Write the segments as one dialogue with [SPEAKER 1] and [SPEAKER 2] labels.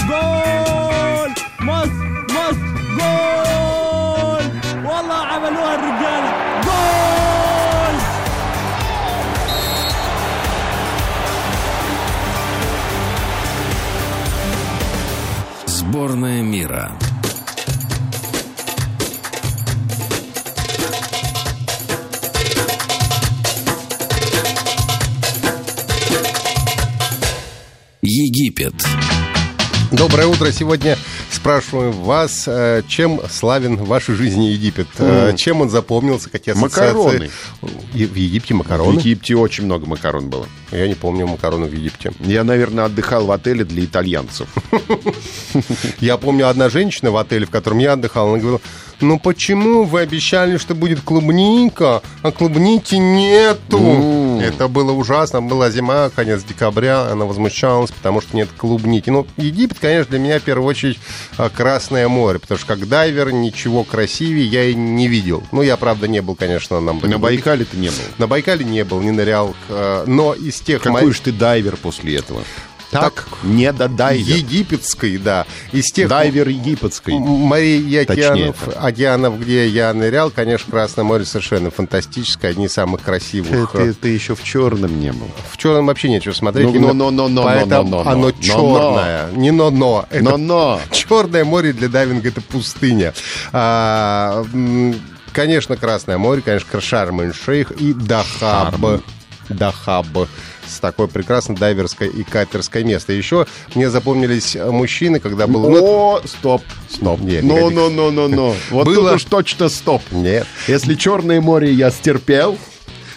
[SPEAKER 1] جول مصر مصر جول والله عملوها الرجاله جول
[SPEAKER 2] Сборная мира. Египет.
[SPEAKER 3] Доброе утро. Сегодня спрашиваем вас, э, чем славен в вашей жизни Египет? Э, Чем он запомнился? Какие ассоциации?
[SPEAKER 4] Макароны.
[SPEAKER 3] И в Египте
[SPEAKER 4] В
[SPEAKER 3] макароны?
[SPEAKER 4] Египте очень много макарон было.
[SPEAKER 3] Я не помню макароны в Египте.
[SPEAKER 4] Я, наверное, отдыхал в отеле для итальянцев.
[SPEAKER 3] Я помню, одна женщина в отеле, в котором я отдыхал, она говорила, ну почему вы обещали, что будет клубника, а клубники нету? Это было ужасно. Была зима, конец декабря, она возмущалась, потому что нет клубники. Ну, Египет, конечно, для меня в первую очередь а, Красное море, потому что как дайвер ничего красивее я и не видел. Ну, я, правда, не был, конечно, на
[SPEAKER 4] На Байкале ты не был.
[SPEAKER 3] На Байкале не был, не нырял. э, Но из тех... мо-
[SPEAKER 4] Какой же ты дайвер после этого?
[SPEAKER 3] Так,
[SPEAKER 4] не да дайвер.
[SPEAKER 3] Египетской, да. Из тех
[SPEAKER 4] Дайвер египетской.
[SPEAKER 3] морей и океанов,
[SPEAKER 4] Точнее,
[SPEAKER 3] океанов, где я нырял, конечно, Красное море совершенно фантастическое, одни из самых красивых.
[SPEAKER 4] Ты, ты еще в черном не был.
[SPEAKER 3] В черном вообще нечего смотреть.
[SPEAKER 4] Ну,
[SPEAKER 3] именно
[SPEAKER 4] но, но, но, но,
[SPEAKER 3] поэтому
[SPEAKER 4] но, но, но,
[SPEAKER 3] оно
[SPEAKER 4] но, но.
[SPEAKER 3] черное. Не но-но. Это
[SPEAKER 4] Но-но.
[SPEAKER 3] Черное море для дайвинга это пустыня. А, м, конечно, Красное море, конечно, Шарм-эль-Шейх и Дахаб. Дахаб с такой прекрасной дайверской и катерской место. Еще мне запомнились э, мужчины, когда был... ну, это-
[SPEAKER 4] О, Ну, стоп.
[SPEAKER 3] Стоп, нет,
[SPEAKER 4] Но,
[SPEAKER 3] погоди.
[SPEAKER 4] но, но, но, но. Вот
[SPEAKER 3] Было-
[SPEAKER 4] тут уж точно стоп.
[SPEAKER 3] Нет.
[SPEAKER 4] Если Черное море я стерпел,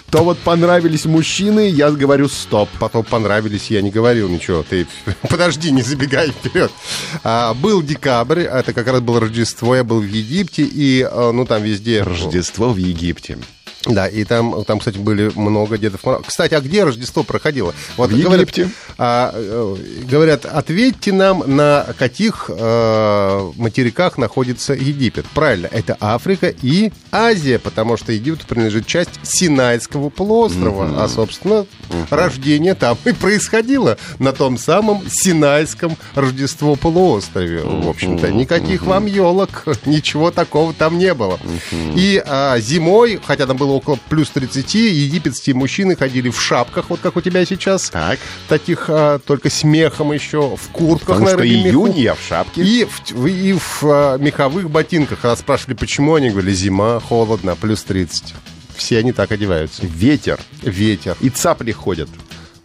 [SPEAKER 4] то вот понравились мужчины, я говорю стоп.
[SPEAKER 3] потом понравились, я не говорил ничего. Ты подожди, не забегай вперед. А, был декабрь, это как раз было Рождество, я был в Египте, и а, ну там везде...
[SPEAKER 4] Рождество в Египте.
[SPEAKER 3] Да, и там, там, кстати, были много дедов. Мороз. Кстати, а где Рождество проходило? Вот,
[SPEAKER 4] В
[SPEAKER 3] говорят,
[SPEAKER 4] Египте.
[SPEAKER 3] а, э, говорят, ответьте нам, на каких э, материках находится Египет. Правильно, это Африка и Азия, потому что Египту принадлежит часть Синайского полуострова, а, собственно, рождение там и происходило на том самом Синайском Рождество полуострове. В общем-то, никаких вам елок, ничего такого там не было. И а, зимой, хотя там было около плюс 30, египетские мужчины ходили в шапках, вот как у тебя сейчас
[SPEAKER 4] Так.
[SPEAKER 3] таких а, только с мехом еще, в куртках,
[SPEAKER 4] Потому что
[SPEAKER 3] наверное, или меху.
[SPEAKER 4] июнь я в шапке.
[SPEAKER 3] И в, т- и в, а, меховых ботинках. Когда спрашивали, почему, они говорили, зима, холодно, плюс 30. Все они так одеваются.
[SPEAKER 4] Ветер.
[SPEAKER 3] Ветер.
[SPEAKER 4] И цапли ходят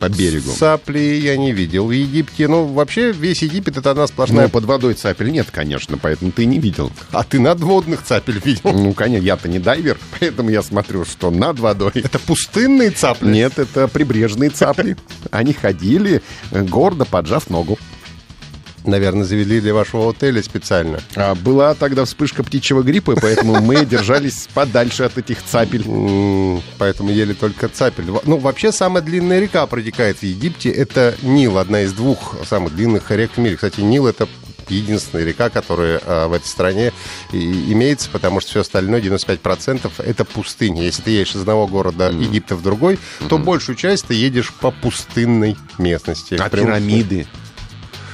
[SPEAKER 4] по берегу.
[SPEAKER 3] Сапли я не видел в Египте. Ну, вообще, весь Египет — это одна
[SPEAKER 4] Ну,
[SPEAKER 3] сплошная...
[SPEAKER 4] под водой цапель нет, конечно, поэтому ты не видел.
[SPEAKER 3] А ты надводных цапель видел?
[SPEAKER 4] Ну, конечно, я-то не дайвер, поэтому я смотрю, что над водой.
[SPEAKER 3] Это пустынные цапли?
[SPEAKER 4] Нет, это прибрежные цапли. Они ходили, э, гордо поджав ногу.
[SPEAKER 3] Наверное, завели для вашего отеля специально.
[SPEAKER 4] А была тогда вспышка птичьего гриппа, и поэтому мы держались подальше от этих цапель.
[SPEAKER 3] М, Поэтому ели только цапель. Во- Ну, вообще, самая длинная река протекает в Египте. Это Нил, одна из двух самых длинных рек в мире. Кстати, Нил — это единственная река, которая а, в этой стране и имеется, потому что все остальное, 95%, это пустыня. Если ты едешь из одного города Египта в другой, то большую часть ты едешь по пустынной местности.
[SPEAKER 4] А
[SPEAKER 3] Прям-
[SPEAKER 4] пирамиды?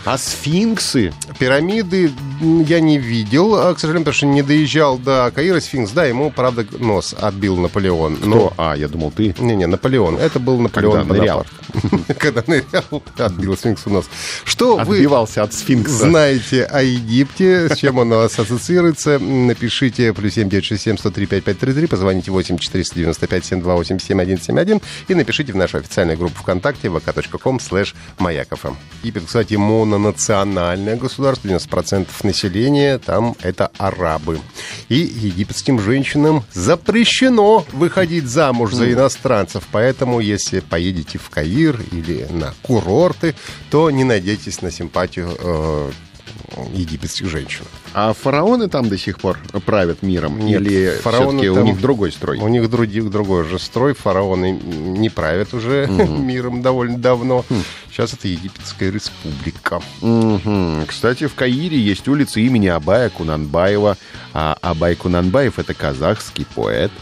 [SPEAKER 4] А сфинксы?
[SPEAKER 3] Пирамиды м, я не видел, а, к сожалению, потому что не доезжал до Каира. Сфинкс, да, ему, правда, нос отбил Наполеон. Но
[SPEAKER 4] Ну, а, я думал, ты.
[SPEAKER 3] не-не, Наполеон. Это был Наполеон
[SPEAKER 4] Когда нырял.
[SPEAKER 3] Бонапарт. Когда нырял, отбил сфинкс у нас.
[SPEAKER 4] А
[SPEAKER 3] Что вы
[SPEAKER 4] Отбивался от сфинкса.
[SPEAKER 3] знаете о Египте, с чем он у вас ассоциируется, напишите плюс семь девять шесть семь сто три пять пять три три, позвоните восемь четыреста девяносто пять семь два восемь семь один семь один и напишите в нашу официальную группу ВКонтакте vk.com slash mayakovfm. эм. Египет, кстати, мононациональное государство, 90% населения там это арабы. И египетским женщинам запрещено выходить замуж за иностранцев, поэтому если поедете в Каир или на курорты, то не надейтесь на симпатию э, египетских женщин.
[SPEAKER 4] А фараоны там до сих пор правят миром?
[SPEAKER 3] Нет,
[SPEAKER 4] Или
[SPEAKER 3] фараоны
[SPEAKER 4] всё-таки у
[SPEAKER 3] там-
[SPEAKER 4] них другой строй?
[SPEAKER 3] У них других, другой же строй. Фараоны не правят уже миром довольно давно. Сейчас это Египетская республика.
[SPEAKER 4] Мгм. Кстати, в Каире есть улица имени Абая Кунанбаева. А Абай Кунанбаев — это казахский поэт.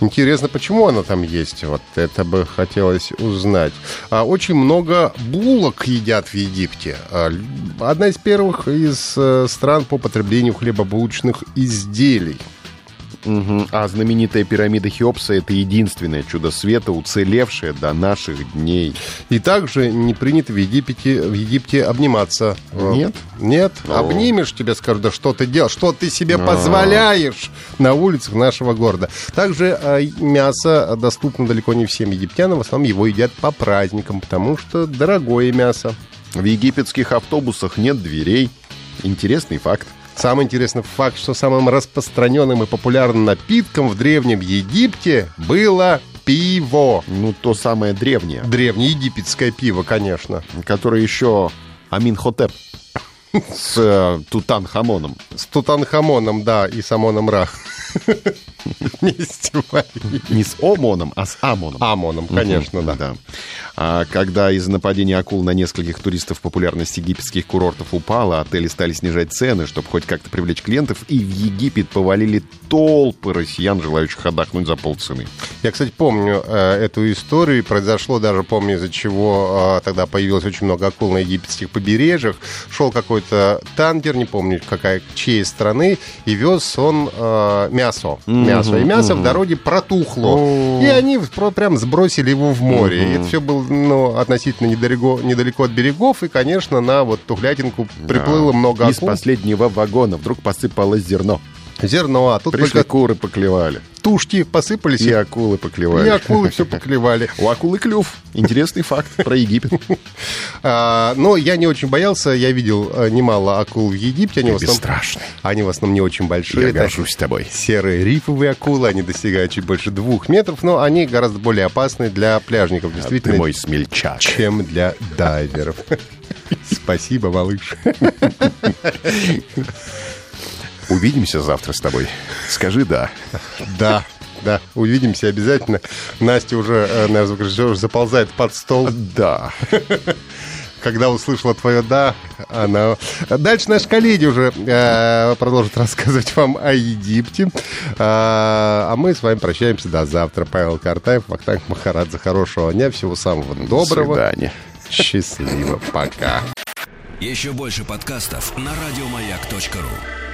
[SPEAKER 3] Интересно, почему она там есть? Вот это бы хотелось узнать. А, очень много булок едят в Египте. А, лю- Одна из первых из э, стран по потреблению хлебобулочных изделий.
[SPEAKER 4] Мгм. А знаменитая пирамида Хеопса — это единственное чудо света, уцелевшее до наших дней.
[SPEAKER 3] И также не принято в Египте, в Египте обниматься. Э,
[SPEAKER 4] Нет?
[SPEAKER 3] Нет.
[SPEAKER 4] О.
[SPEAKER 3] Обнимешь, тебе скажут, да что ты делаешь, что ты себе позволяешь на улицах нашего города. Также э, мясо доступно далеко не всем египтянам. В основном его едят по праздникам, потому что дорогое мясо.
[SPEAKER 4] В египетских автобусах нет дверей. Интересный факт.
[SPEAKER 3] Самый интересный факт, что самым распространенным и популярным напитком в Древнем Египте было пиво.
[SPEAKER 4] Ну, то самое древнее,
[SPEAKER 3] Древнеегипетское пиво, конечно.
[SPEAKER 4] которое еще Аминхотеп с э, Тутанхамоном.
[SPEAKER 3] С Тутанхамоном, да, и с Амоном Ра. Вместе варили.
[SPEAKER 4] Не с Омоном, а с Амоном.
[SPEAKER 3] Амоном, конечно, да.
[SPEAKER 4] А когда из-за нападения акул на нескольких туристов популярность египетских курортов упала, отели стали снижать цены, чтобы хоть как-то привлечь клиентов, и в Египет повалили толпы россиян, желающих отдохнуть за полцены.
[SPEAKER 3] Я, кстати, помню э, эту историю. и Произошло даже, помню, из-за чего э, тогда появилось очень много акул на египетских побережьях. Шел какой-то танкер, не помню, какая, чьей страны, и вез он э, мясо. мясо. И мясо в дороге протухло. И они про- прям сбросили его в море. И это все было ну, относительно недалеко, недалеко от берегов. И, конечно, на вот тухлятинку приплыло много
[SPEAKER 4] Из
[SPEAKER 3] акул.
[SPEAKER 4] последнего вагона вдруг посыпалось зерно.
[SPEAKER 3] Зерно, а тут
[SPEAKER 4] Пришли
[SPEAKER 3] только
[SPEAKER 4] куры поклевали,
[SPEAKER 3] тушки посыпались.
[SPEAKER 4] и акулы поклевали.
[SPEAKER 3] и акулы все поклевали.
[SPEAKER 4] У акулы клюв. Интересный факт про Египет.
[SPEAKER 3] А, но я не очень боялся, я видел э, немало акул в Египте. Они в, основном,
[SPEAKER 4] Бесстрашный.
[SPEAKER 3] они в основном не очень большие.
[SPEAKER 4] Я
[SPEAKER 3] Это
[SPEAKER 4] горжусь тобой.
[SPEAKER 3] Серые рифовые акулы, они достигают чуть больше двух метров, но они гораздо более опасны для пляжников,
[SPEAKER 4] А Ты
[SPEAKER 3] действительно,
[SPEAKER 4] мой смельчак.
[SPEAKER 3] чем для дайверов. Спасибо, малыш.
[SPEAKER 4] Увидимся завтра с тобой. Скажи «да».
[SPEAKER 3] Да, да, увидимся обязательно. Настя уже, э, наш звукорежиссер, заползает под стол.
[SPEAKER 4] Да.
[SPEAKER 3] когда услышала твое «да», она... Дальше наши коллеги уже э, продолжат рассказывать вам о Египте. А, а мы с вами прощаемся до завтра. Павел Картаев, Вахтанг Махарадзе. Хорошего дня, всего самого доброго.
[SPEAKER 4] До свидания.
[SPEAKER 3] Счастливо. Пока.
[SPEAKER 2] Еще больше подкастов на радиомаяк.ру.